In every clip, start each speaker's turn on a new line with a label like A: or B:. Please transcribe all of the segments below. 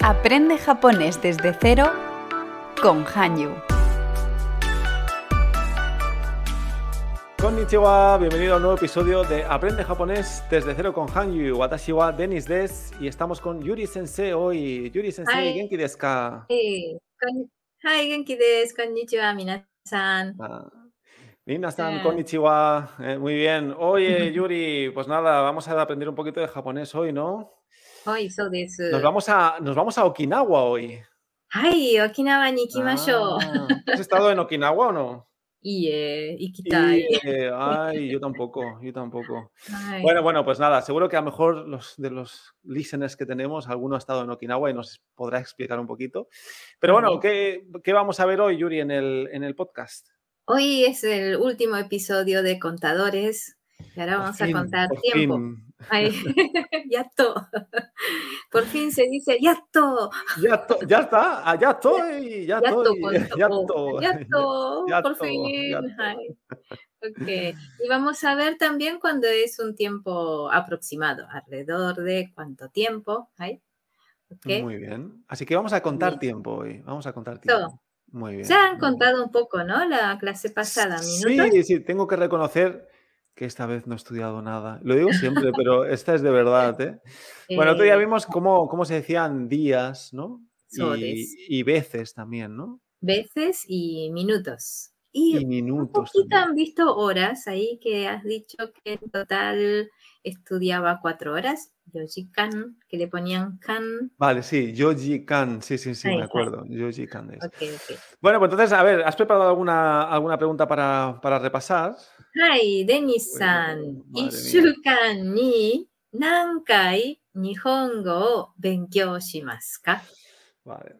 A: Aprende japonés desde cero con Hanyu.
B: Konnichiwa, bienvenido a un nuevo episodio de Aprende japonés desde cero con Hanyu. Watashi wa Denis des y estamos con Yuri sensei hoy. Yuri sensei,
C: Hi.
B: genki desu ka?
C: えーこんにはい、元気です。こんにちは、皆さん。
B: Ah. Nina-san,
C: Eh.
B: konnichiwa. Eh, muy bien. Oye, Yuri, pues nada, vamos a aprender un poquito de japonés hoy, ¿no?
C: はい、そうです。
B: Nos vamos a, nos vamos a Okinawa hoy.
C: はい、沖縄に行きましょう。
B: Ah, ¿Has estado en Okinawa o no?
C: いいえ、行きたい。
B: Y, eh, ay, yo tampoco, yo tampoco.
C: はい、
B: Bueno, bueno, pues nada, seguro que a lo mejor los de los listeners que tenemos, alguno ha estado en Okinawa y nos podrá explicar un poquito. Pero bueno,
C: Ujú.
B: ¿qué, qué vamos a ver hoy, Yuri, en el, en el podcast?
C: Hoy es el último episodio de Contadores. Y ahora
B: Por
C: vamos
B: fin,
C: a contar
B: por
C: tiempo.
B: fin.
C: Ay, yaっと。Por fin se dice yaっと。
B: Ya, to- ya está, ah, ya estoy, ya
C: Ya
B: estoy,
C: っとこんな
B: ya
C: お
B: estoy.
C: や っと
B: やっと
C: por fin.
B: やっと
C: Ay. Ok. Y vamos a ver también cuándo es un tiempo aproximado, alrededor de cuánto tiempo. Ay. Ok.
B: Muy bien. Así que vamos a contar
C: Bien.
B: tiempo hoy, vamos a contar
C: So,
B: tiempo. Muy bien.
C: Ya han
B: muy bien.
C: contado un poco, ¿no? La clase pasada, minutos.
B: Sí, sí, tengo que reconocer que esta vez no he estudiado nada. Lo digo siempre, pero esta es de verdad, ¿eh? Bueno, otro día
C: Eh,
B: vimos cómo, cómo se decían días, ¿no?
C: Soles.
B: Y, y veces también, ¿no?
C: veces y minutos.
B: Y
C: Y un
B: minutos.
C: poquito
B: también.
C: han visto horas ahí que has dicho que en total estudiaba cuatro horas. Yojikan, que le ponían kan.
B: Vale, sí, Yoji Kan, sí, sí, sí,
C: Ahí
B: me
C: está.
B: acuerdo. Yoji Kan es.
C: Ok, ok.
B: Bueno, pues entonces, a ver, ¿has preparado alguna, alguna pregunta para, para repasar?
C: Hi, Denis san.
B: Bueno, madre mía.
C: 1週間に何回日本語を勉強しますか
B: Vale.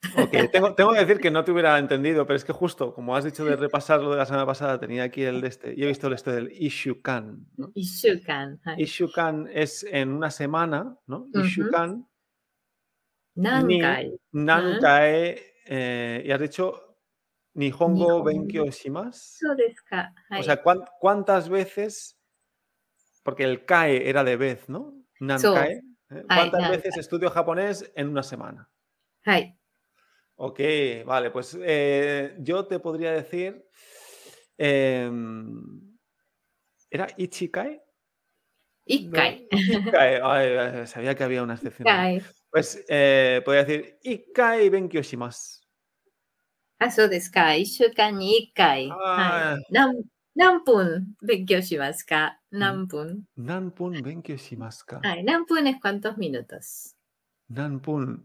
B: Ok, tengo, tengo que decir que no te hubiera entendido, pero es que justo, como has dicho de repasar lo de la semana pasada, tenía aquí el de este, y he visto el este del Ishukan, ¿no?
C: 1週間。はい
B: Ishukan es en una semana, ¿no?
C: Ujú.
B: Ishukan,
C: 何回
B: Nankae, eh, y has dicho Nihongo
C: Nihongo.
B: Benkyo Shimas.
C: そうですか。は
B: O
C: い
B: sea, ¿cuán- ¿cuántas veces? Porque el kae era de vez, ¿no? Nankae. ¿eh?
C: Ay,
B: ¿Cuántas
C: nankae.
B: veces estudio japonés en una semana?
C: はい。
B: Ok, vale, pues eh, yo te podría decir. em, ¿Era Ichikai? No,
C: 1回。
B: Ichikai, ay, sabía que había una excepción.
C: はい。
B: Pues eh, podría decir Ikai Benkyo Shimas.
C: あ、そうですか。1週間に1回。
B: は
C: はいい。何何分勉強しますか何分
B: Nanpun Benkyo Shimasu ka.
C: はい。何分 es cuántos minutos?
B: Nanpun.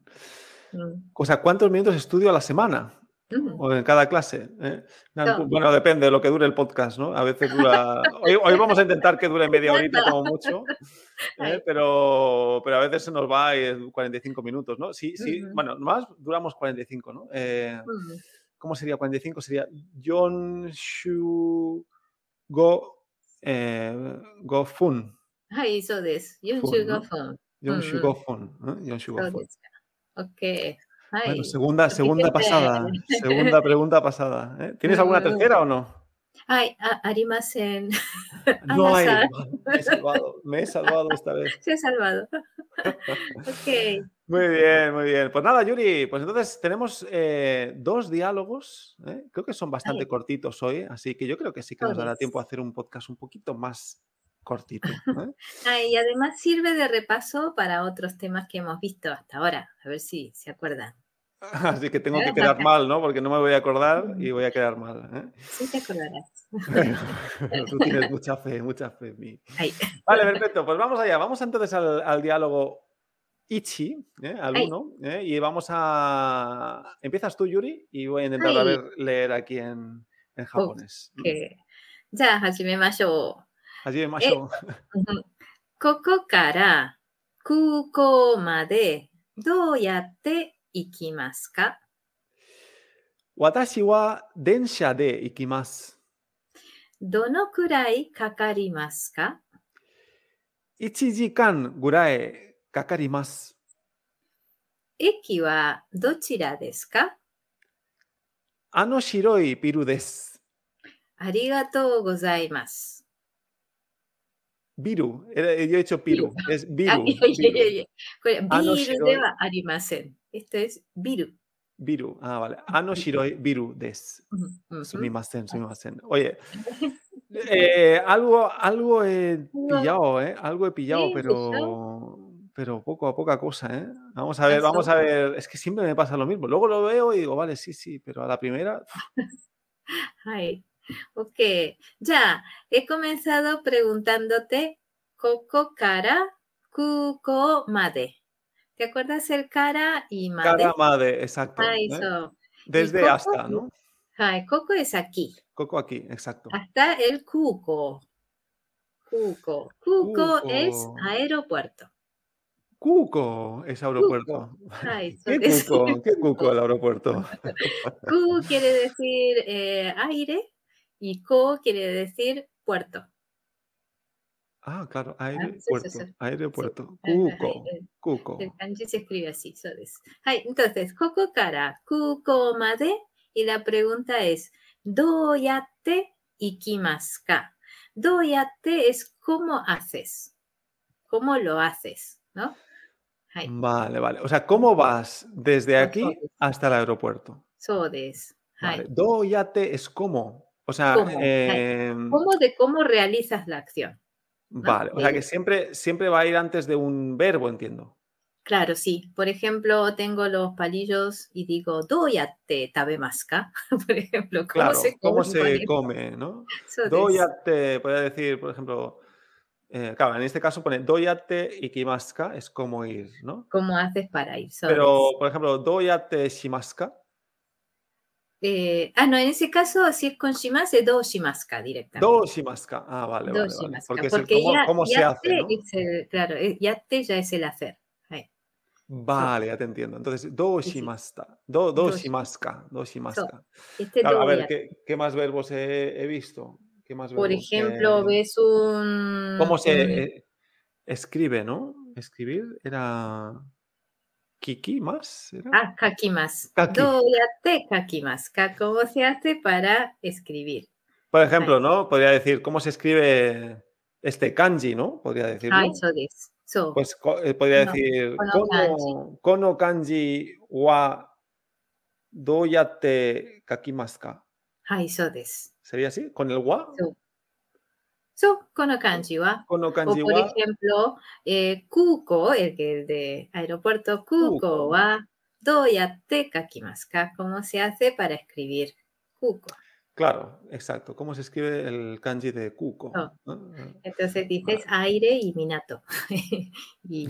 C: うん。
B: O sea, ¿cuántos minutos estudio a la semana?
C: うん。
B: O en cada clase. ¿eh? Nanpun-
C: Todo.
B: Bueno, depende de lo que dure el podcast, ¿no? A veces dura. Hoy, hoy vamos a intentar que dure media horita como mucho, ¿eh?
C: Ay.
B: pero, pero a veces se nos va eh, 45 minutos, ¿no? Sí, sí,
C: Ujú.
B: bueno, más duramos 45, ¿no? Eh,
C: うん
B: ¿Cómo sería 45? Sería Yon Shu Go, eh, go Fun.
C: はい、そうです。
B: そう
C: 45
B: ね
C: 分。
B: Yon Shu
C: Mm.
B: Go Fun. ¿eh? Yon Shu
C: そ
B: Go
C: う
B: Fun.
C: ですか。OK。は
B: Bueno,
C: い。
B: segunda,
C: así que
B: segunda
C: te-
B: pasada. Segunda pregunta pasada. ¿eh? ¿Tienes alguna
C: Mm.
B: tercera o no?
C: はい、あありません。Ah,
B: No hay.
C: Nazar.
B: Me he salvado. Me he salvado esta vez.
C: Se ha salvado. ok.
B: Muy bien, muy bien. Pues nada, Yuri, pues entonces tenemos eh, dos diálogos. ¿eh? Creo que son bastante
C: Ay.
B: cortitos hoy, así que yo creo que sí que nos dará
C: Todos.
B: tiempo a hacer un podcast un poquito más cortito. ¿eh?
C: Ah, y además sirve de repaso para otros temas que hemos visto hasta ahora. A ver si se acuerdan.
B: Así que tengo que
C: Claro,
B: quedar
C: porque-
B: mal, ¿no? Porque no me voy a acordar y voy a quedar mal. ¿eh?
C: Sí te acordarás.
B: Bueno, tú tienes mucha fe, mucha fe en mí.
C: Ay.
B: Vale, perfecto. Pues vamos allá. Vamos entonces al, al diálogo Ichi, ¿eh? al
C: Ay.
B: uno, ¿eh? y vamos a... Empiezas tú, Yuri, y voy a intentar a
C: Ay.
B: ver, leer aquí en, en japonés. Mm.
C: Ok. じゃあ始めましょ
B: Allí en Masho.
C: う。うんここから空港までどうやって行きますか
B: Watashi wa densha de ikimasu.
C: どのくらいかかりますか
B: Ichi jikan gurai kakarimasu.
C: 駅はどちらですか
B: Ano shiroi piru desu.
C: ありがとうございます。
B: Viru. era- Eh, Yo he hecho piru. Es
C: Ah,
B: viru.
C: oye, oye,
B: viru.
C: oye. Con el
B: Ah, no,
C: viru
B: sí,
C: de
B: no.
C: wa arimasen. Esto es viru.
B: Viru. Ah, vale. Ano shiroi viru des.
C: Ujú, ujú.
B: Sumimasen, sumimasen. Oye, eh, algo, algo he pillado, ¿eh? Algo he pillado,
C: Sí,
B: pero, pero poco a poca cosa, ¿eh? Vamos a ver,
C: Pasó.
B: vamos a ver. Es que siempre me pasa lo mismo. Luego lo veo y digo, vale, sí, sí, pero a la primera,
C: Ay, ok. Ya, he comenzado preguntándote Coco Kara Kuko Made. ¿Te acuerdas el Kara y Made?
B: cara madre, exacto.
C: Ah,
B: ¿eh?
C: eso.
B: Desde
C: coco,
B: hasta, ¿no?
C: Ay, Coco es aquí.
B: Coco aquí, exacto.
C: Hasta el Cuco. Cuco. Cuco es
B: Cuco.
C: aeropuerto.
B: Cuco es aeropuerto.
C: Ay, eso
B: ¿Qué
C: es-
B: cuco? ¿Qué cuco el aeropuerto?
C: Cu quiere decir eh, aire y co quiere decir puerto.
B: Ah, claro,
C: sí,
B: aeropuerto.
C: sí.
B: Aeropuerto.
C: Ajá,
B: Cuco.
C: ay, eh,
B: Cuco.
C: El kanji se escribe así, so des. Ay, entonces, coco cara, kuko made, y la pregunta es, do yate ikimasu ka? Do yate es cómo haces, cómo lo haces, ¿no? Ay,
B: Vale, vale. O sea, ¿cómo vas desde
C: Los
B: aquí
C: hombres.
B: hasta el aeropuerto?
C: so des. Ay,
B: Vale. Do yate es cómo. O sea,
C: Cómo, vale.
B: eh,
C: ¿Cómo de cómo realizas la acción?
B: vale. O sea,
C: Eh,
B: que siempre, siempre va a ir antes de un verbo, entiendo.
C: Claro, sí. Por ejemplo, tengo los palillos y digo, do yate tabemasca. Por ejemplo, ¿cómo
B: Claro.
C: se come?
B: ¿Cómo
C: un
B: se
C: palillo?
B: come, no?
C: So des.
B: Doyate, podría decir, por ejemplo, eh, claro, en este caso pone doyate y kimaska es como ir, ¿no?
C: ¿Cómo haces para ir? So
B: Pero,
C: des.
B: por ejemplo, doyate shimaska,
C: Eh, ah, no, en ese caso, si es con shimas, es do shimaska directamente.
B: do shimaska. Ah, vale,
C: Do
B: vale, vale.
C: shimaska,
B: Porque, es el
C: porque
B: cómo,
C: ya-
B: cómo se
C: yate
B: hace, ¿no?
C: es el- claro, eh, yate ya es el hacer.
B: Vale, ya te entiendo. Entonces, do
C: Sí, sí.
B: shimasta, do, do
C: Do shi-
B: shimaska, do shimaska.
C: Este
B: Claro, a
C: do
B: ver,
C: yate.
B: ¿qué, qué más verbos he, he visto? ¿Qué más
C: Por
B: verbos?
C: ejemplo, mm,
B: Eh,
C: ves un...
B: ¿Cómo se
C: un-
B: eh, escribe, no? Escribir era... ¿Kiki más? ¿Era?
C: Ah, kakimas.
B: Kaki.
C: Do yate kakimas. Ka- ¿Cómo se hace para escribir?
B: Por ejemplo, ¿no? Podría decir, ¿cómo se escribe este kanji, no? Podría decirlo.
C: Ah, eso es. So,
B: Pues co- eh, podría
C: Kono-
B: decir,
C: kono
B: kono, kono kanji wa doyate kakimaska.
C: Ay, Ah, so des.
B: ¿Sería así? ¿Con el wa?
C: Sí. So, kono kanji wa.
B: Kono
C: O
B: kanji
C: por
B: wa.
C: ejemplo, eh, kuko, el que el de aeropuerto,
B: Kuko.
C: kuko wa doyate kakimasu ka. ¿Cómo se hace para escribir kuko?
B: Claro, exacto. ¿Cómo se escribe el kanji de kuko?
C: No.
B: ¿no?
C: Entonces dices aire y minato. y,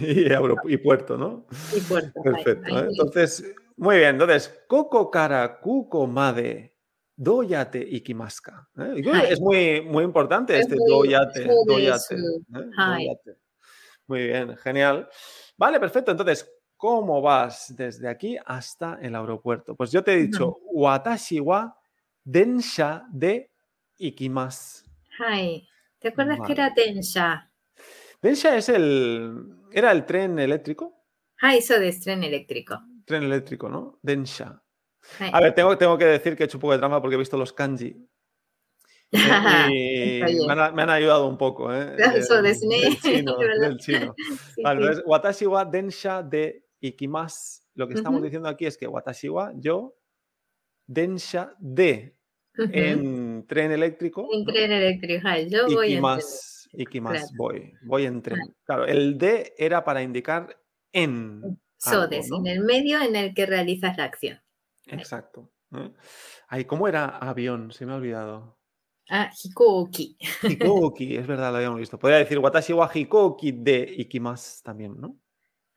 B: Y, abro- y puerto, ¿no?
C: y puerto. Ay,
B: Perfecto.
C: ay,
B: ¿eh? Entonces, muy bien. Entonces, Coco Cara, Cuco Made, Doyate Ikimaska. ¿eh? Y bueno,
C: Ay.
B: Es muy, muy importante
C: Es
B: este
C: muy-
B: Doyate.
C: es muy
B: Doyate,
C: su-
B: ¿eh?
C: ay.
B: Doyate. Muy bien, genial. Vale, perfecto. Entonces, ¿cómo vas desde aquí hasta el aeropuerto? Pues yo te he dicho, Watashi wa Densha de Ikimas.
C: ay. ¿Te acuerdas que era tensha?
B: Densha es el. ¿Era el tren eléctrico?
C: Ay, eso de tren eléctrico.
B: Tren eléctrico, ¿no? Densha.
C: Ay.
B: A ver, tengo, tengo que decir que he hecho un poco de trampa porque he visto los kanji. eh, y
C: Está bien.
B: me, han, a- me han ayudado un poco, ¿eh?
C: Eso de cine,
B: del chino,
C: de verdad.
B: del chino.
C: Sí,
B: Vale,
C: sí.
B: entonces, watashi wa densha de ikimas. Lo que estamos
C: Ujú.
B: diciendo aquí es que watashi wa, yo, densha de,
C: Ujú.
B: en tren eléctrico,
C: En
B: ¿no?
C: tren eléctrico. Ay, yo voy a entender.
B: ikimas, ikimas, voy, voy en tren. Claro, el de era para indicar en. algo,
C: Sodes,
B: ¿no?
C: en el medio en el que realizas la acción.
B: Exacto. ¿eh? Ay, ¿cómo era avión? Se me ha olvidado.
C: Ah, Hikouki.
B: Hikoki, es verdad, lo habíamos visto. Podría decir Watashi wa Hikoki de Ikimas también, ¿no?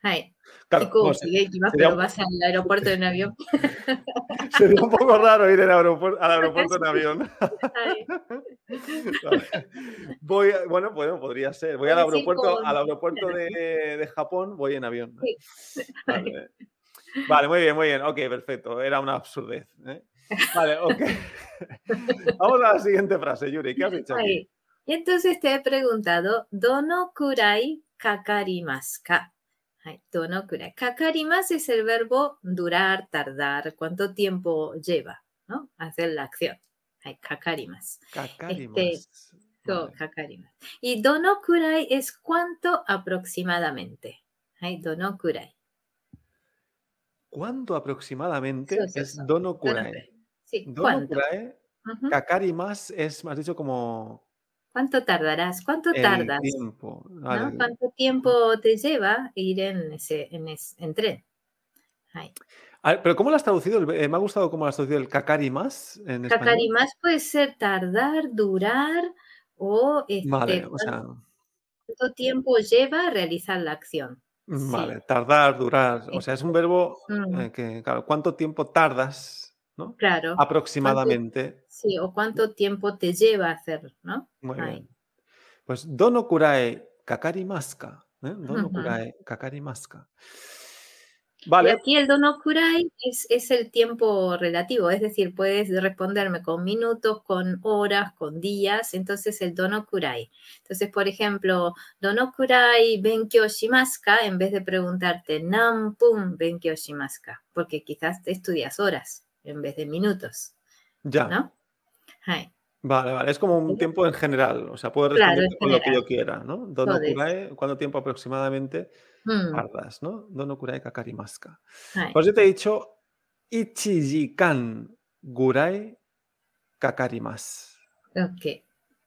C: Ay,
B: Claro, no
C: Hikouki,
B: sé,
C: eh, que vas,
B: sería
C: pero
B: un-
C: vas al aeropuerto en avión.
B: sería un poco raro ir en aeropuer- al aeropuerto en avión.
C: Ay,
B: Voy a- bueno, bueno, podría ser. Voy al
C: Puedes ir
B: aeropuerto,
C: con-
B: al aeropuerto de, de Japón, voy en avión. ¿no? Vale. Vale, muy bien, muy bien. Ok, perfecto. Era una absurdez. ¿eh? Vale, ok. Vamos a la siguiente frase, Yuri. ¿Qué has dicho aquí?
C: ay. Y entonces te he preguntado, ¿dono kurai kakarimasu ka? Ay, ¿dono kurai? Kakarimasu es el verbo durar, tardar, cuánto tiempo lleva, ¿no? Hacer la acción. Ay, kakarimasu. Este,
B: Kakarimas.
C: そう、かかります。y どのくらい es cuánto aproximadamente。はい、どのくらい。
B: ¿Cuánto aproximadamente
C: Sí, sí,
B: es
C: sí.
B: Dono Kurai?
C: Donokurai. Sí,
B: Dono
C: ¿cuánto?
B: Kurai,
C: Ujú.
B: Kakari más es, me has dicho, como
C: ¿Cuánto tardarás? ¿Cuánto
B: el
C: tardas?
B: tiempo.
C: ¿no?
B: Vale.
C: ¿Cuánto tiempo te lleva ir en, ese, en, es- en tren? Ay.
B: A ver, pero ¿cómo lo has traducido? El- eh, me ha gustado cómo lo has traducido el Kakari más en español.
C: Kakarimas puede ser tardar, durar o este,
B: Vale, o sea,
C: cuánto tiempo lleva a realizar la acción. sí.
B: vale, tardar, durar. O sea, es un verbo
C: Mm,
B: eh, que, claro, ¿cuánto tiempo tardas? ¿no?
C: claro,
B: Aproximadamente.
C: sí, o cuánto tiempo te lleva a hacer, ¿no?
B: Muy
C: Ay.
B: bien. Pues Dono Kurai Kakarimaska. ¿eh? Dono
C: Ujú.
B: Kurai Kakarimaska.
C: Y
B: Vale,
C: aquí el donokurai es, es el tiempo relativo, es decir, puedes responderme con minutos, con horas, con días, entonces el donokurai. Entonces, por ejemplo, donokurai benkyo shimasu ka, en vez de preguntarte nanpun benkyo shimasu ka, porque quizás te estudias horas en vez de minutos,
B: ya.
C: ¿no? Ay,
B: Vale, vale. Es como un
C: Pero-
B: tiempo en general. O sea, puedo
C: Claro,
B: responder
C: en
B: con lo que
C: general.
B: yo quiera, ¿no? Dono
C: Puedes.
B: Kurai, ¿cuánto tiempo aproximadamente
C: mm,
B: tardas, no? Dono Kurai Kakarimaska.
C: ay,
B: Pues yo te he dicho Ichijikan Gurai Kakarimas.
C: ok,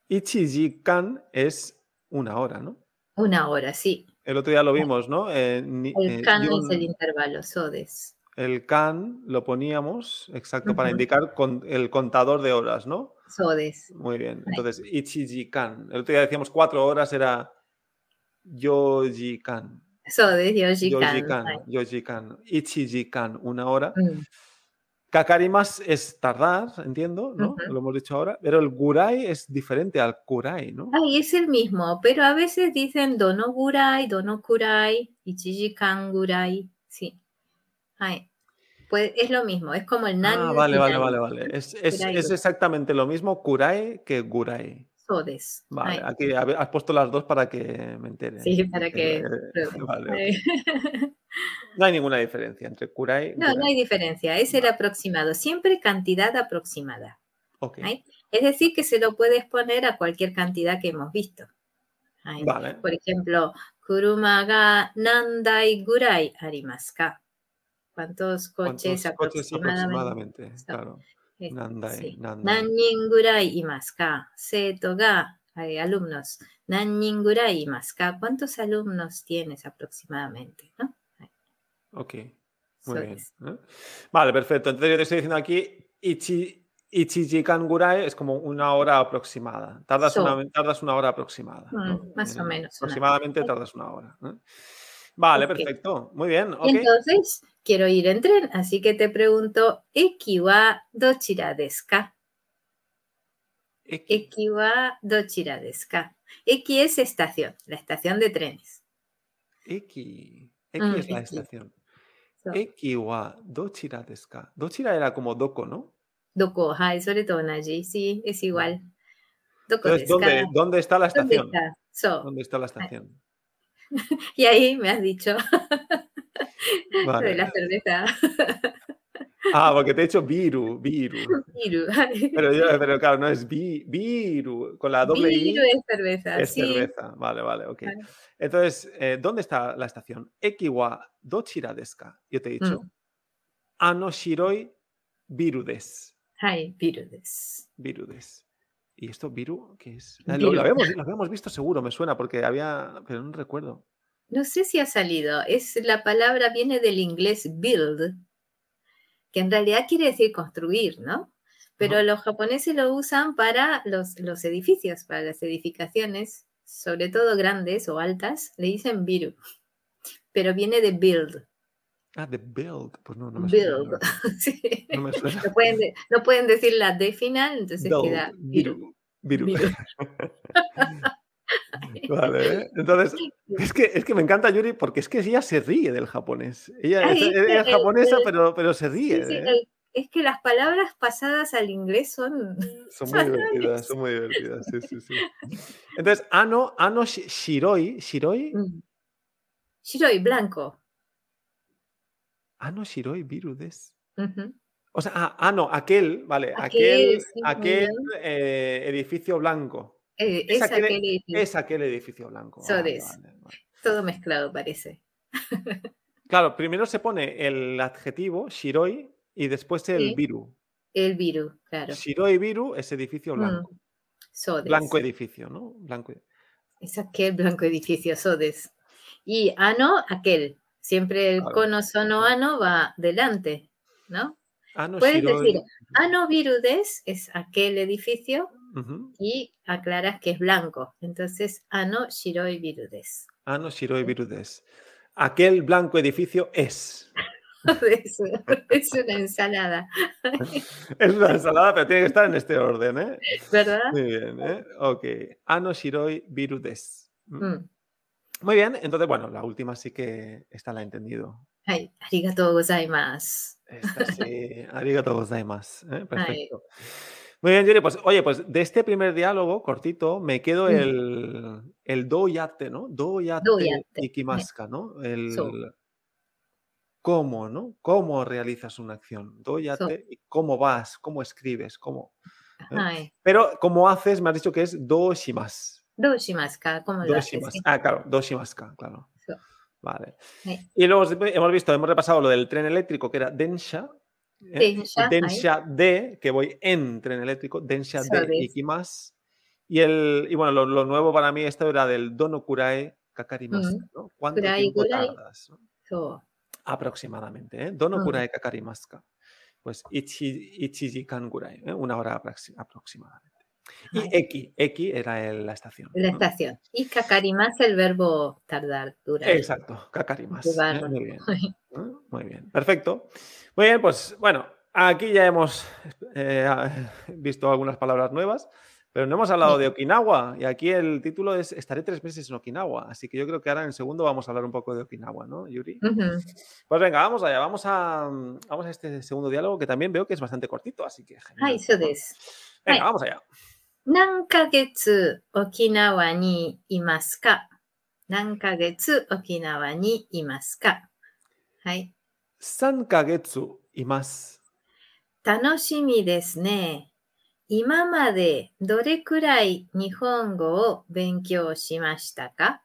B: Ichijikan es una hora, ¿no?
C: una hora, sí.
B: El otro día lo vimos, ¿no? Eh, ni- eh,
C: El kan es
B: yun-
C: el intervalo, sodes.
B: el can lo poníamos, exacto, para
C: Ujú.
B: indicar con- el contador de horas, ¿no?
C: Sodes.
B: Muy bien.
C: Vale.
B: Entonces, Ichijikan. El otro día decíamos cuatro horas, era Yojikan.
C: Sodes, yojikan. ay,
B: Yojikan, Yojikan. Ichijikan, una hora.
C: mm.
B: Kakarimas es tardar, entiendo, ¿no?
C: Ujú.
B: Lo hemos dicho ahora. Pero el gurai es diferente al kurai, ¿no?
C: Ay, es el mismo, pero a veces dicen donogurai, donokurai, ichijikangurai, sí. Ay, pues es lo mismo, es como el nan
B: Ah,
C: al
B: vale, vale,
C: final,
B: vale, vale. Es, es-
C: Kurai,
B: es
C: gurai.
B: exactamente lo mismo kurai que gurai.
C: sodes.
B: Vale,
C: Ay,
B: aquí a ver, has puesto las dos para que me entere.
C: sí, para que
B: Eh,
C: pruebe.
B: vale,
C: Ay,
B: No hay ninguna diferencia entre kurai y
C: No, no hay diferencia, es el
B: Vale.
C: aproximado, siempre cantidad aproximada. Ay, Es decir, que se lo puedes poner a cualquier cantidad que hemos visto. Ay,
B: Vale.
C: Por ejemplo, kuruma ga nandai gurai arimasu ka? ¿Cuántos coches
B: ¿Cuántos coches aproximadamente?
C: aproximadamente? Exacto.
B: Claro.
C: Eh,
B: Nandai,
C: sí.
B: nandai.
C: Nannin gurai imasu ka? Seto ga, eh, alumnos. Nannin gurai imasu ka? ¿Cuántos alumnos tienes aproximadamente? ¿No?
B: Ok, muy bien.
C: Sodes.
B: ¿eh? Vale, perfecto. Entonces yo te estoy diciendo aquí, ichi, Ichijikan Gurai es como una hora aproximada. Tardas,
C: So.
B: una, tardas una hora aproximada. ¿no? Eh,
C: Mm, más o menos una
B: Aproximadamente tardas una hora. ¿eh? Vale,
C: Ok.
B: perfecto. Muy bien. ok.
C: Y entonces, quiero ir en tren, así que te pregunto, ¿eki wa dochira desu ka?
B: Eki-
C: Eki wa dochira desu ka? Eki es estación, la estación de trenes.
B: Eki.
C: Mm,
B: Eki es la
C: eki.
B: estación.
C: So,
B: Eki wa dochira desu ka? Dochira era como doko, ¿no?
C: doko, ajá, eso le toman allí, sí, es igual. Doko
B: Entonces,
C: desu ka?
B: ¿dónde, dónde está la
C: ¿Dónde
B: estación?
C: está? Ah, So,
B: ¿Dónde está la estación?
C: y ahí me has dicho lo de
B: Vale.
C: la cerveza.
B: Ah, porque te he hecho viru, viru.
C: Iru.
B: Pero, yo- pero claro, no es vi- viru. Con la doble i
C: Iru es cerveza,
B: es
C: sí.
B: cerveza. Vale, vale, ok.
C: Vale.
B: Entonces, eh, ¿dónde está la estación? Eki wa dochira desu ka? Yo te he dicho,
C: Mm.
B: ano shiroi viru des.
C: Ay, Iru desu.
B: Viru des. ¿Y esto viru qué es? Ah, Lo,
C: Viru.
B: lo habíamos, lo habíamos visto seguro, me suena, porque había... Pero no recuerdo.
C: No sé si ha salido. Es la palabra viene del inglés build, que en realidad quiere decir construir, ¿no? Pero
B: Ajá.
C: los japoneses lo usan para los, los edificios, para las edificaciones, sobre todo grandes o altas, le dicen biru. Pero viene de build.
B: Ah, the build. Pues no, no me suena.
C: Build. Sí.
B: No me suena.
C: No pueden, de- no pueden decir la D final, entonces
B: Build,
C: queda biru.
B: viru, viru.
C: Biru.
B: Vale, ¿eh? entonces es que, es que me encanta Yuri porque es que ella se ríe del japonés. Ella
C: Ay,
B: es,
C: es que
B: ella es
C: el-
B: japonesa,
C: el-
B: pero, pero se
C: Sí,
B: ríe.
C: sí,
B: ¿eh?
C: el- es que las palabras pasadas al inglés son
B: Son muy divertidas, son muy divertidas. Sí, sí, sí. Entonces, Ano, Ano Shi- Shiroi, Shiroi,
C: Mm. Shiroi, blanco.
B: Ano Shiroi Virudes.
C: Ujú.
B: O sea, ah, ah, no, aquel, vale,
C: Aquel,
B: aquel,
C: sí, muy
B: aquel
C: bien.
B: eh, edificio blanco.
C: Eh, es
B: Es aquel-
C: aquel edificio.
B: Es aquel edificio blanco.
C: So
B: Vale,
C: this.
B: vale, vale.
C: Todo mezclado parece.
B: Claro, primero se pone el adjetivo Shiroi y después el
C: Sí.
B: Biru.
C: El virus, claro.
B: Shiroi Biru es edificio blanco.
C: Mm. Sodes.
B: Blanco edificio, ¿no? Blanco. e,
C: Es aquel blanco edificio, Sodes. Y ano, aquel. Siempre el
B: Claro.
C: cono sono ano va delante, ¿no?
B: Ah, no,
C: Puedes
B: Shiroi-
C: decir, ano virudes es aquel edificio
B: Ujú.
C: y aclaras que es blanco. Entonces, ano shiroi virudes.
B: Ah, no, Shiroi Biru des. Aquel blanco edificio es.
C: Es, es una ensalada,
B: Es una ensalada, pero tiene que estar en este orden, ¿eh?
C: ¿verdad?
B: Muy bien, ¿eh? Ok. Ano Shiroi Biru des. Mm.
C: Mm.
B: Muy bien, entonces, bueno, la última sí que esta la he entendido.
C: Ay, arigatou gozaimasu.
B: Esta sí. Arigato gozaimasu. ¿eh?
C: Ay.
B: Perfecto. Muy bien, Yuri, pues oye, pues de este primer diálogo cortito me quedo
C: Mm.
B: el, el do yate, ¿no? Do yate,
C: yate,
B: y kimaska, ¿no? El
C: So.
B: cómo, ¿no? Cómo realizas una acción. Do yate y cómo vas, cómo escribes, cómo. Eh.
C: Ay,
B: Pero cómo haces, me has dicho que es do shimas.
C: do shimasu ka, ¿cómo lo
B: Dos
C: haces?
B: shimas- Ah, claro, dos shimaska, claro.
C: Sí.
B: Vale.
C: Sí.
B: Y luego os- hemos visto, hemos repasado lo del tren eléctrico que era Densha. ¿eh?
C: Densha, ahí.
B: Densha de, que voy en tren eléctrico, Densha de
C: Sabes.
B: Ikimas. Y, el, y bueno, lo, lo nuevo para mí esto era del Dono Kurae Kakarimasa.
C: Mm.
B: ¿no? ¿Cuánto
C: Kurai,
B: tiempo
C: kurai.
B: tardas? no?
C: So,
B: Aproximadamente, ¿eh? Dono
C: Mm.
B: Kurae Kakarimaska. Pues ichi, Ichijikan Kurai, ¿eh? una hora aproxi- aproximadamente.
C: Ay.
B: Y Eki, Eki era el- la estación.
C: la
B: ¿no?
C: estación. Y kakarimasu el verbo tardar, durar.
B: Exacto, Kakarimas.
C: Llevarlo.
B: Muy bien. ¿eh? Muy bien, perfecto. Muy bien, pues bueno, aquí ya hemos eh, visto algunas palabras nuevas, pero no hemos hablado
C: Sí.
B: de Okinawa y aquí el título es Estaré tres meses en Okinawa, así que yo creo que ahora en el segundo vamos a hablar un poco de Okinawa, ¿no, Yuri?
C: Ujú.
B: Pues venga, vamos allá, vamos a, mm, vamos a este segundo diálogo que también veo que es bastante cortito, así que... genial.
C: Ay, so des.
B: Venga,
C: Ay.
B: vamos allá.
C: 何ヶ月沖縄にいますか何ヶ月沖縄にいますかはい。
B: San Kagetsu y más.
C: 楽しみですね。今までどれくらい日本語を勉強しましたか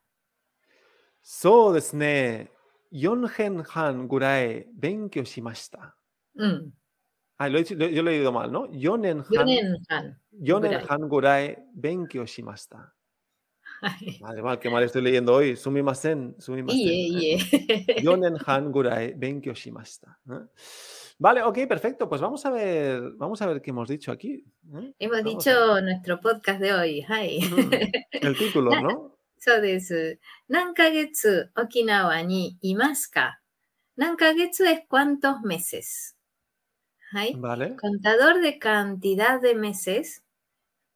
B: So desne, Yonhen Han Gurai Benkyo Shimashita.
C: うん。
B: Ah, lo he dicho- lo- yo lo he leído mal, ¿no? Yonen
C: 4
B: han,
C: 年半。
B: yonen
C: gurai.
B: han gurai benkyo shimasta.
C: はい。
B: Madre mía, qué mal estoy leyendo hoy. Sumimasen, sumimasen.
C: いいえ、い い
B: Yonen han gurai benkyo shimasta. ¿eh? Vale, ok, perfecto. Pues vamos a ver, vamos a ver qué hemos dicho aquí. ¿eh?
C: え。Hemos
B: Vamos
C: dicho nuestro podcast de hoy. はい。
B: Mm, El título, ¿no?
C: そうです。何ヶ月沖縄にいますか何ヶ月 es cuántos meses. はい。
B: Vale.
C: Contador de cantidad de meses.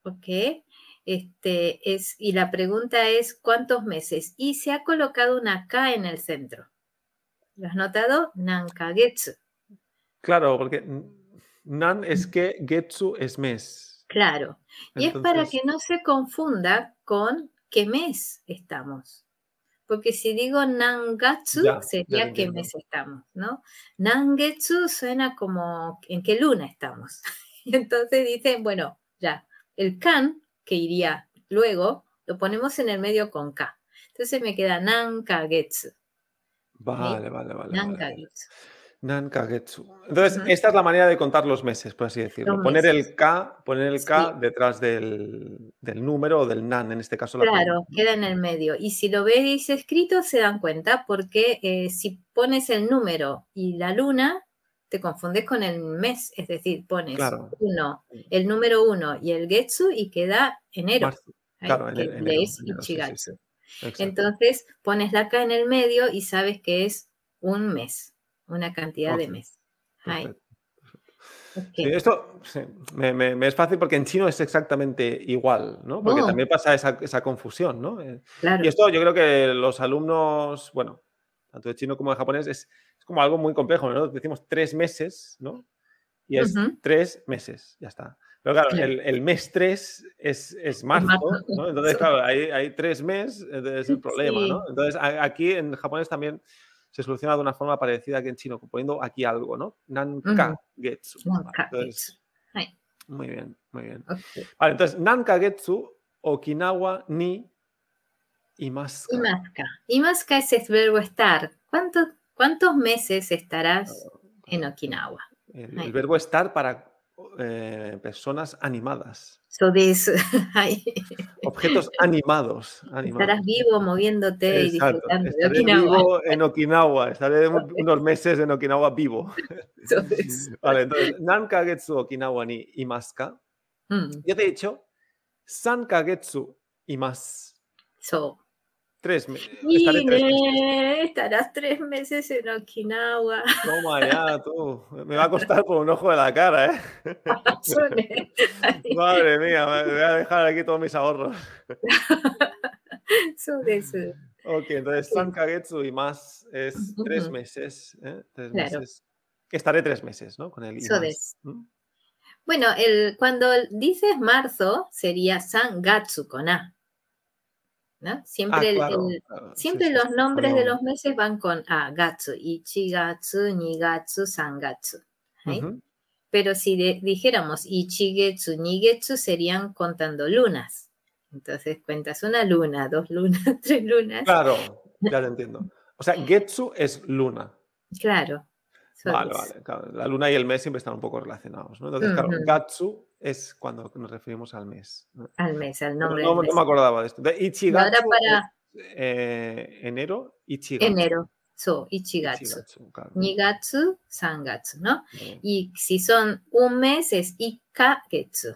C: Ok. Este es, y la pregunta es ¿cuántos meses? Y se ha colocado una K en el centro. ¿Lo has notado? Nankagetsu.
B: Claro, porque mm, nan es que getsu es mes.
C: Claro. Y es para
B: Entonces,
C: que no se confunda con qué mes estamos. Porque si digo nangatsu,
B: Ya, ya lo
C: sería qué
B: entiendo.
C: mes estamos, ¿no? Nangetsu suena como en qué luna estamos. Y entonces dicen, bueno, ya, el kan, que iría luego, lo ponemos en el medio con k. Entonces me queda nankagetsu.
B: Vale, vale, vale. vale.
C: nankagetsu.
B: Nan kagetsu. Entonces,
C: Ujú.
B: esta es la manera de contar los meses, por así decirlo.
C: Los
B: poner el
C: meses.
B: K, poner el K
C: Sí.
B: detrás del, del número o del nan, en este caso. la
C: Claro,
B: pregunta.
C: queda en el medio. Y si lo veis escrito, se dan cuenta porque eh, si pones el número y la luna, te confundes con el mes. Es decir, pones
B: Claro.
C: uno, el número uno y el getsu y queda enero.
B: Marzo,
C: Ahí,
B: claro,
C: que
B: ene- enero,
C: lees
B: enero, sí, sí,
C: Ichigatsu.
B: sí. Exacto.
C: Entonces pones la K en el medio y sabes que es un mes, una cantidad de
B: Ok,
C: mes. Ahí,
B: Perfecto.
C: ok.
B: Sí, esto sí, me, me- me es fácil porque en chino es exactamente igual, ¿no? Porque
C: Oh.
B: también pasa esa, esa confusión, ¿no? Eh,
C: claro.
B: Y esto yo creo que los alumnos, bueno, tanto de chino como de japonés, es, es como algo muy complejo, ¿no? Decimos tres meses, ¿no? Y es
C: Ujú.
B: tres meses, ya está. Pero claro,
C: Claro.
B: el, el mes tres es, es marzo,
C: marzo,
B: ¿no? Entonces,
C: sí.
B: claro, hay, hay tres meses, es el problema,
C: Sí.
B: ¿no? Entonces, a- aquí en japonés también se soluciona de una forma parecida que en chino, poniendo aquí algo, ¿no? Nanka getsu. Vale,
C: Nankagetsu.
B: entonces, Muy bien, muy bien.
C: Ok.
B: Vale, entonces, Nankagetsu Okinawa ni imasu.
C: Imasca. Imasca es el verbo estar. ¿Cuántos, ¿Cuántos meses estarás
B: Oh,
C: en Okinawa?
B: El, el verbo estar para eh, personas animadas,
C: So this, ay,
B: objetos animados. animados.
C: estarás vivo moviéndote
B: Exacto,
C: y disfrutando de
B: estaré
C: Okinawa.
B: vivo en Okinawa, estaré un- unos meses en Okinawa vivo.
C: So this.
B: Vale, entonces, nan kagetsu Okinawa ni imasu ka?
C: Mm,
B: Yo te he dicho, san kagetsu imasu.
C: so.
B: Tres, me- estaré tres meses.
C: Mire, estarás tres meses en Okinawa.
B: Toma ya, tú. Me va a costar por un ojo de la cara, ¿eh?
C: Soné. Ay,
B: Madre mía, me me voy a dejar aquí todos mis ahorros.
C: so this.
B: Ok, entonces San Kagetsu y más es tres
C: Ujú.
B: meses. ¿eh? Tres
C: Claro.
B: meses. Estaré tres meses, ¿no? Con el
C: So
B: imas.
C: this.
B: ¿Mm?
C: Bueno, el, cuando dices marzo sería Sangatsu con A. ¿no?
B: Ah,
C: Siempre, el-
B: claro,
C: el-
B: claro, sí,
C: siempre
B: sí,
C: los
B: sí,
C: nombres de
B: con-
C: los meses van con A, Gatsu, Ichigatsu, Nigatsu, Sangatsu. ¿sí?
B: Ujú.
C: Pero si de- dijéramos Ichigetsu, Nigetsu serían contando lunas. Entonces cuentas una luna, dos lunas, tres lunas.
B: Claro, ya lo entiendo. O sea, Getsu es luna.
C: Claro. So
B: Vale,
C: this.
B: vale. claro, La luna y el mes siempre están un poco relacionados, ¿no? Entonces, claro,
C: Ujú.
B: Gatsu es cuando nos referimos al mes. ¿no?
C: Al mes, al
B: No,
C: nombre.
B: no-
C: del
B: no me
C: mes.
B: acordaba de esto. De
C: Y ahora
B: Ichigatsu
C: para
B: es, eh, enero, Ichigatsu.
C: enero. So, Ichigatsu.
B: Ichigatsu, claro.
C: 2月、3月¿no?
B: Vale.
C: Y si son un mes es 1ヶ月。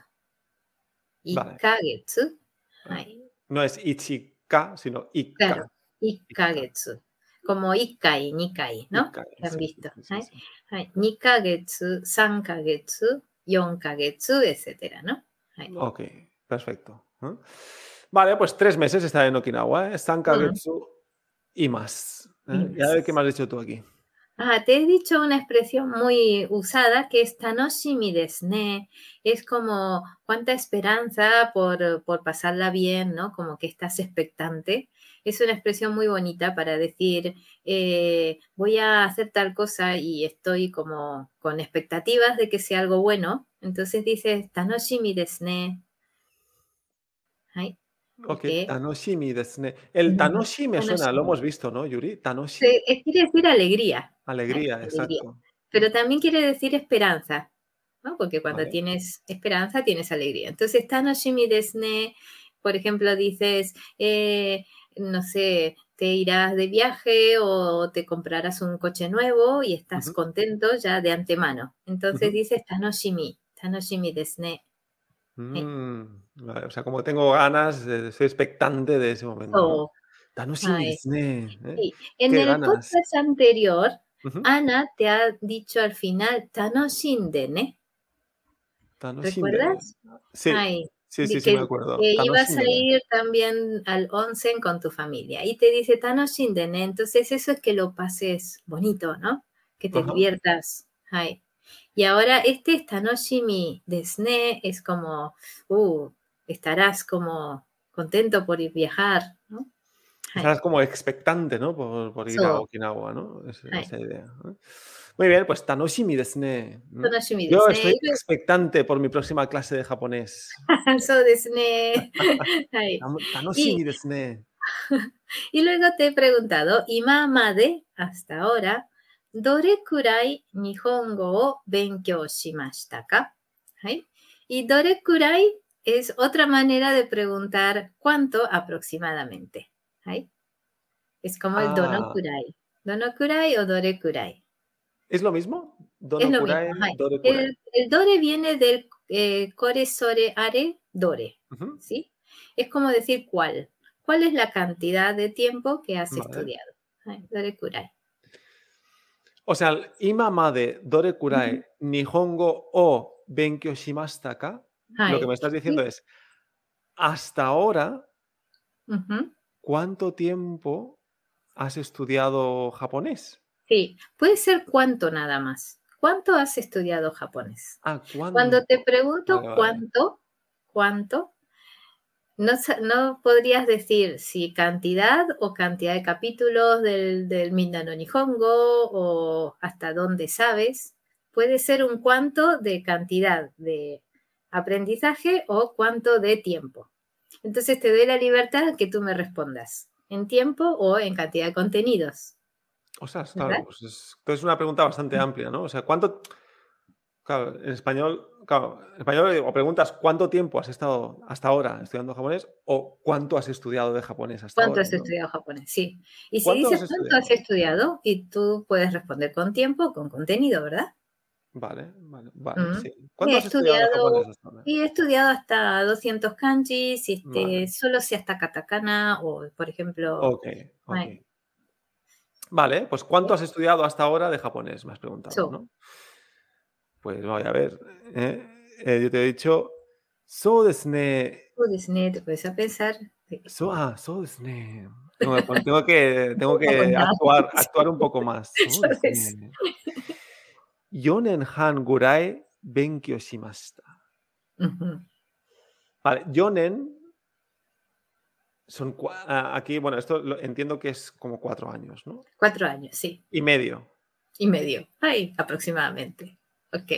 B: Vale. Ah.
C: 1ヶ月。はい。
B: No es Ichika, sino Ikka.
C: Claro, 1ヶ月。como 1回、2回、no?
B: Ikka,
C: ¿Lo han
B: sí,
C: visto?
B: sí, sí,
C: ¿Eh?
B: sí.
C: はい。2ヶ月、3ヶ月、4ヶ月、etcétera, ¿no?
B: Ok, perfecto. ¿Eh? Vale, pues tres meses estaré en Okinawa, ¿eh? San Kagetsu y más. ¿eh?
C: Y
B: Y a ver
C: más.
B: qué me has dicho tú aquí.
C: Ah, te he dicho una expresión muy usada que es tanoshimi desu ne. Es como cuánta esperanza por, por pasarla bien, ¿no? Como que estás expectante. Es una expresión muy bonita para decir eh, voy a hacer tal cosa y estoy como con expectativas de que sea algo bueno. Entonces dices tanoshimi desu ne. Ay,
B: Ok,
C: Ok.
B: Tanoshimi desu ne. El
C: Ujú.
B: Tanoshi me suena, lo
C: Tanoshimi.
B: hemos visto, ¿no, Yuri? Tanoshi.
C: se- eh, quiere decir alegría.
B: Alegría,
C: alegría.
B: exacto.
C: pero también quiere decir esperanza, ¿no? Porque cuando
B: Vale.
C: tienes esperanza, tienes alegría. Entonces, Tanoshimi desne, por ejemplo, dices, eh, no sé, te irás de viaje o te comprarás un coche nuevo y estás
B: Ujú.
C: contento ya de antemano. Entonces
B: Ujú.
C: dices, Tanoshimi, Tanoshimi desne.
B: Mm, vale, o sea, como tengo ganas, eh, soy expectante de ese momento. ¿no?
C: O,
B: Tanoshimi
C: Oh, ay.
B: desu ne, ¿eh?
C: sí. Ah, En
B: Qué
C: el
B: ganas.
C: podcast anterior,
B: Ujú.
C: Ana te ha dicho al final, Tanoshindene,
B: Tanoshimi desu ne.
C: ¿recuerdas?
B: Sí,
C: Ay,
B: sí, sí,
C: de
B: sí,
C: que-
B: me acuerdo.
C: que ibas a
B: Tanoshimi.
C: ir también al onsen con tu familia y te dice Tanoshindene, entonces eso es que lo pases bonito, ¿no? Que te
B: Ajá.
C: diviertas. Ay. Y ahora este es Tanoshimi desne, es como, uh, estarás como contento por ir viajar, ¿no? Ay,
B: Estarás como expectante, ¿no? Por, por ir a
C: So.
B: Okinawa, ¿no? Es-
C: Ay.
B: esa idea. ¿no? Muy bien, pues Tanoshimi desu ne. ¿no?
C: Tanoshimi
B: Mm. Yo
C: desne,
B: estoy expectante por mi próxima clase de japonés.
C: so desne. Ay.
B: Tam- Tanoshimi desu ne.
C: Y luego te he preguntado, y mamá de hasta ahora, ¿dore kurai nihongo o benkyou shimashita ka? ¿Ay? Y ¿dore kurai? es otra manera de preguntar cuánto aproximadamente. ¿Ay? Es como el dono
B: Ah.
C: kurai. Dono kurai o dore kurai.
B: ¿Es lo mismo?
C: Es lo
B: Donokurai,
C: mismo, ay.
B: Dorekurai.
C: El, el dore viene del eh, core sore are dore.
B: Ujú,
C: ¿sí? Es como decir cuál. ¿Cuál es la cantidad de tiempo que has
B: Vale.
C: estudiado? Ay, dorekurai.
B: O sea, el imama de Dorekurai, Nihongo o Benkyo Shimashita ka, lo
C: Ay,
B: que me estás diciendo es, hasta ahora,
C: ujú.
B: ¿cuánto tiempo has estudiado japonés?
C: Sí, puede ser cuánto nada más. ¿Cuánto has estudiado japonés?
B: Ah,
C: Cuando te pregunto
B: Vale, vale.
C: cuánto, cuánto, no, sa- no podrías decir si cantidad o cantidad de capítulos del, del Mindano Nihongo o hasta dónde sabes. Puede ser un cuánto de cantidad de aprendizaje o cuánto de tiempo. Entonces te doy la libertad que tú me respondas en tiempo o en cantidad de contenidos.
B: O sea, claro, pues es, es una pregunta bastante amplia, ¿no? O sea, ¿cuánto. Claro, en español, claro, en español o preguntas cuánto tiempo has estado hasta ahora estudiando japonés o cuánto has estudiado de japonés hasta
C: ¿Cuánto
B: ahora.
C: has
B: ¿no?
C: estudiado japonés? Sí. Y si
B: ¿Cuánto has
C: dices cuánto has estudiado, y tú puedes responder con tiempo, con contenido, ¿verdad?
B: Vale, vale, vale.
C: Ujú.
B: sí. ¿Cuánto
C: Mm. He
B: has estudiado, de
C: estudiado-
B: japonés hasta ahora?
C: Y he estudiado hasta 200 kanjis, este,
B: Vale.
C: solo sé hasta katakana o, por ejemplo,
B: Ok, ok.
C: Vale.
B: Vale, pues ¿cuánto has estudiado hasta ahora de japonés? Me has preguntado,
C: So.
B: ¿no? Pues voy a ver. ¿eh? Eh, yo te he dicho, so desne.
C: tú, Disney, te puedes a pensar.
B: So, ah, so desne. Tengo, que- tengo que, tengo que
C: Aguantar.
B: actuar, actuar un poco más. So
C: Sabes.
B: desne. Yonen han gurai benkyo shimashita.
C: Ujú.
B: Vale, yonen son cua- ah, aquí, bueno, esto lo- entiendo que es como cuatro años, ¿no?
C: Cuatro años, sí,
B: Y medio.
C: y medio. Ay, aproximadamente. Ok.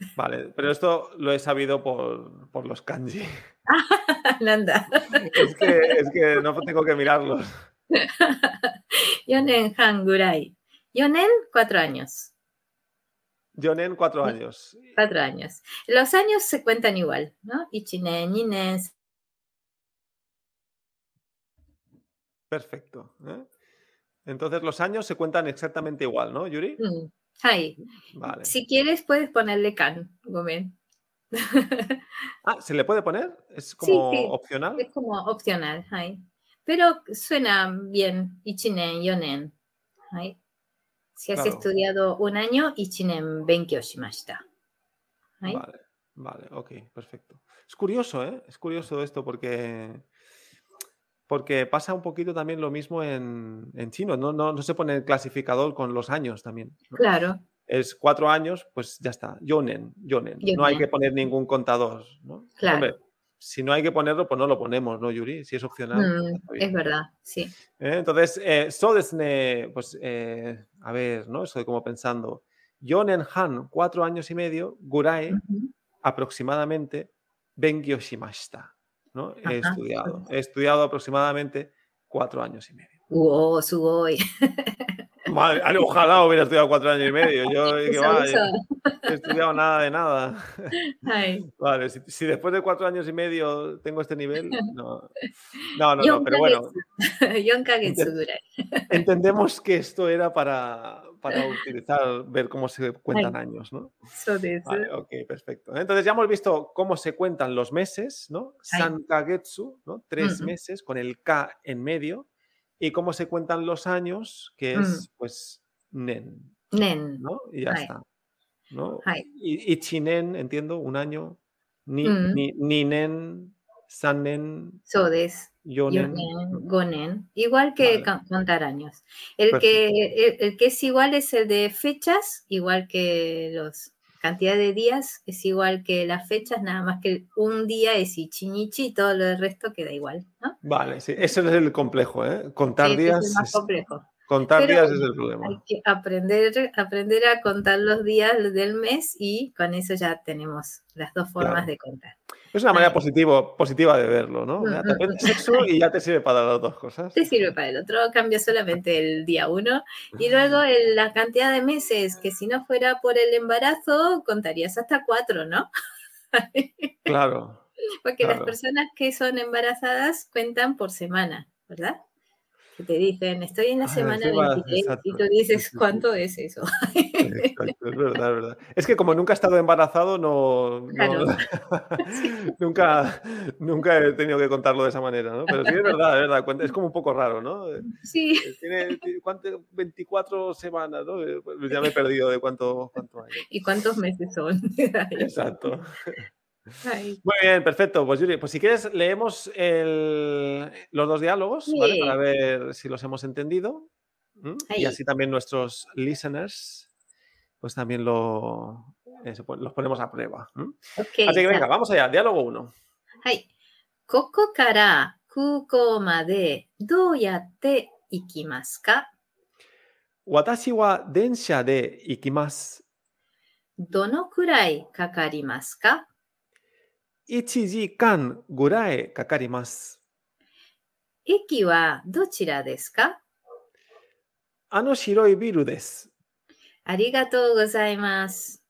B: Vale, pero esto lo he sabido por, por los kanji.
C: Nanda.
B: Es que, es que no tengo que mirarlos.
C: Yonen Hangurai. Yonen, cuatro años.
B: Yonen, cuatro años.
C: Cuatro años. Los años se cuentan igual, ¿no? Ichinen, Ninen.
B: Perfecto. ¿eh? Entonces los años se cuentan exactamente igual, ¿no, Yuri?
C: mm, Hai.
B: Vale.
C: Si quieres, puedes ponerle kan, gomen.
B: Ah, ¿se le puede poner? ¿Es como
C: sí.
B: opcional?
C: Es como opcional, hai. Pero suena bien, Ichinen, Yonen. Hai. Si has
B: Claro.
C: estudiado un año, Ichinen Benkyo shimashita. Hai.
B: Vale, vale, ok, perfecto. Es curioso, ¿eh? Es curioso esto porque... Porque pasa un poquito también lo mismo en, en chino, ¿no? No, no se pone el clasificador con los años también. ¿no?
C: Claro,
B: es cuatro años, pues ya está. Yonen, yonen. No hay
C: Yonen.
B: que poner ningún contador, ¿no?
C: Claro.
B: Hombre, si no hay que ponerlo, pues no lo ponemos, ¿no, Yuri? Si es opcional.
C: mm,
B: está bien.
C: es verdad, sí.
B: ¿Eh? Entonces, eh, so desne, pues, eh, a ver, ¿no? Estoy como pensando. Yonen Han, cuatro años y medio, Gurai,
C: Ujú.
B: aproximadamente, Benkyo Shimashita, ¿no? He
C: Ajá.
B: estudiado. He estudiado aproximadamente cuatro años y medio.
C: Wow, sugoi.
B: Madre, ojalá hubiera estudiado cuatro años y medio. Yo, que
C: Eso,
B: va,
C: eso.
B: he estudiado nada de nada.
C: Hai.
B: Vale, si, si después de cuatro años y medio tengo este nivel, no. No, no,
C: Yo
B: no, pero
C: creo que
B: bueno,
C: Yon Kagetsu Gurai.
B: entendemos que esto era para, para utilizar, ver cómo se cuentan años, ¿no?
C: So this.
B: Vale, ok, perfecto. Entonces ya hemos visto cómo se cuentan los meses, ¿no?
C: Ay.
B: San Kagetsu, ¿no? Tres
C: Ujú.
B: meses con el K en medio, y cómo se cuentan los años, que
C: Mm.
B: es, pues, Nen,
C: Nen.
B: ¿no? Y ya
C: Ay.
B: está. ¿no?
C: Ay.
B: Y, y chinen, entiendo, un año. Ni,
C: Mm.
B: ni, ninen, sanen,
C: So this.
B: yonen.
C: Yonen, Gonen. Igual que
B: Vale.
C: con- contar años. El que, el, el que es igual es el de fechas, igual que los cantidad de días, es igual que las fechas, nada más que un día es Ichinichi y todo lo del resto queda igual, ¿no?
B: Vale, sí, ese es el complejo, ¿eh? Contar
C: Ese
B: días
C: es el
B: es-
C: más complejo.
B: contar
C: Pero
B: días es el
C: Hay
B: problema.
C: que aprender, aprender a contar los días del mes y con eso ya tenemos las dos formas
B: Claro.
C: de contar.
B: Es una manera
C: Ay.
B: positivo, positiva de verlo, ¿no? Ya Te
C: Mm, mm,
B: aprendes sexo y ya te sirve para las dos cosas.
C: Te sirve para el otro, cambia solamente el día uno. Y luego el- la cantidad de meses, que si no fuera por el embarazo, contarías hasta cuatro, ¿no?
B: Claro.
C: Porque
B: Claro.
C: las personas que son embarazadas cuentan por semana, ¿verdad? Que te dicen, estoy en la
B: Ah,
C: semana
B: sí, va,
C: 23 y tú
B: exacto. Sí,
C: dices,
B: sí, sí.
C: ¿cuánto es eso?
B: Exacto, es verdad, es verdad. Es que como nunca he estado embarazado, no, no-
C: Claro.
B: nunca, nunca he tenido que contarlo de esa manera, ¿no? Pero sí es verdad, es verdad. cuenta- Es como un poco raro, ¿no? Eh,
C: Sí.
B: Tiene ti- ¿cuánto? 24 semanas, ¿no? Eh, pues Ya me he perdido de cuánto, cuánto hay.
C: ¿Y cuántos meses son?
B: Exacto.
C: Ay,
B: Muy bien, perfecto. Pues Yuri, pues si quieres leemos el- los dos diálogos,
C: Sí.
B: ¿vale? Para ver si los hemos entendido. ¿m? Y
C: Ahí.
B: así también nuestros listeners, pues también lo, eh, se pon- los ponemos a prueba. ¿m?
C: ok,
B: Así que
C: ya.
B: venga, vamos allá. Diálogo 1.
C: はい。ここから空港までどうやって行きますか
B: Watashi wa densha de ikimasu.
C: どのくらいかかりますか
B: 1時間ぐらいかかります。
C: 駅はどちらですか
B: あの白いビルです。
C: ありがとうございます。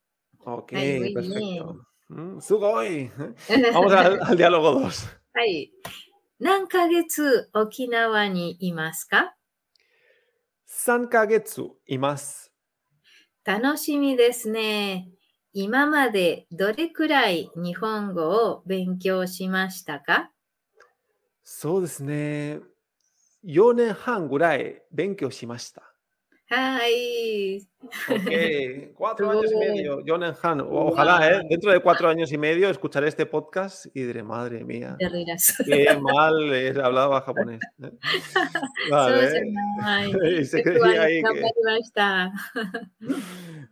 B: Ok,
C: Ay, muy
B: perfecto. Mm, sugoi. Vamos al, al diálogo 2.
C: はい。何ヶ月沖縄にいますか
B: 3ヶ月います。
C: 楽しみですね。今までどれくらい日本語を勉強しましたか
B: そうですね。4年半ぐらい勉強しました。
C: はい。
B: Ok, cuatro
C: Muy
B: años y
C: bien.
B: medio. Jonan Han, ojalá, ¿eh? Dentro de cuatro años y medio escucharé este podcast y diré, madre mía,
C: te rirás.
B: qué mal he hablado a japonés. ¿eh?
C: そうじ
B: Vale.
C: ゃない。
B: Y se
C: 僕は
B: creía ahí
C: 頑張
B: que-
C: りました。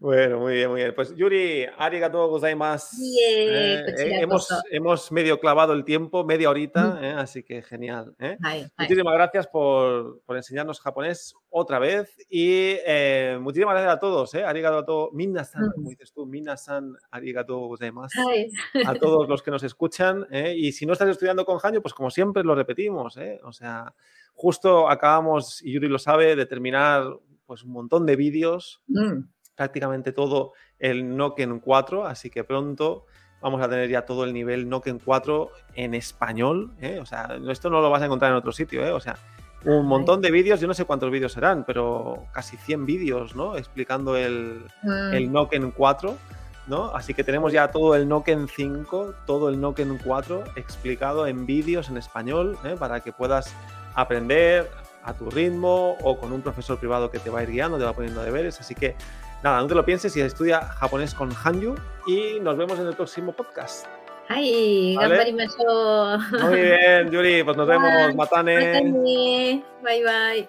B: Bueno, muy bien, muy bien. Pues Yuri, arigatou gozaimasu.
C: Y, eh,
B: Eh,
C: cochila
B: eh, hemos,
C: coso.
B: hemos medio clavado el tiempo, media horita, eh, así que genial. ¿eh?
C: はい。はい
B: Muchísimas gracias por, por enseñarnos japonés otra vez y eh, muchísimas gracias a todos. ¿eh? Arigato a todos. Minna-san,
C: Mm.
B: como dices tú, Minna-san, arigato gozaimasu.
C: はい。
B: A todos los que nos escuchan. ¿eh? Y si no estás estudiando con Hanyo, pues como siempre lo repetimos. ¿eh? O sea, justo acabamos, y Yuri lo sabe, de terminar pues, un montón de vídeos
C: うん。
B: prácticamente todo el Noken 4, así que pronto vamos a tener ya todo el nivel Noken 4 en español. ¿eh? O sea, esto no lo vas a encontrar en otro sitio, ¿eh? O sea, un montón de vídeos, yo no sé cuántos vídeos serán, pero casi 100 vídeos, ¿no? Explicando el,
C: うん
B: el Noken 4, ¿no? Así que tenemos ya todo el Noken 5, todo el Noken 4 explicado en vídeos en español, ¿eh? para que puedas aprender a tu ritmo o con un profesor privado que te va a ir guiando, te va poniendo deberes. Así que nada, no te lo pienses y estudia japonés con Hanyu y nos vemos en el próximo podcast.
C: はい。
B: あ
C: 頑
B: れ
C: 張りましょう。ま
B: Muy bien, Yuri, pues nos vemos,
C: た
B: matane.
C: ね。バイバイ。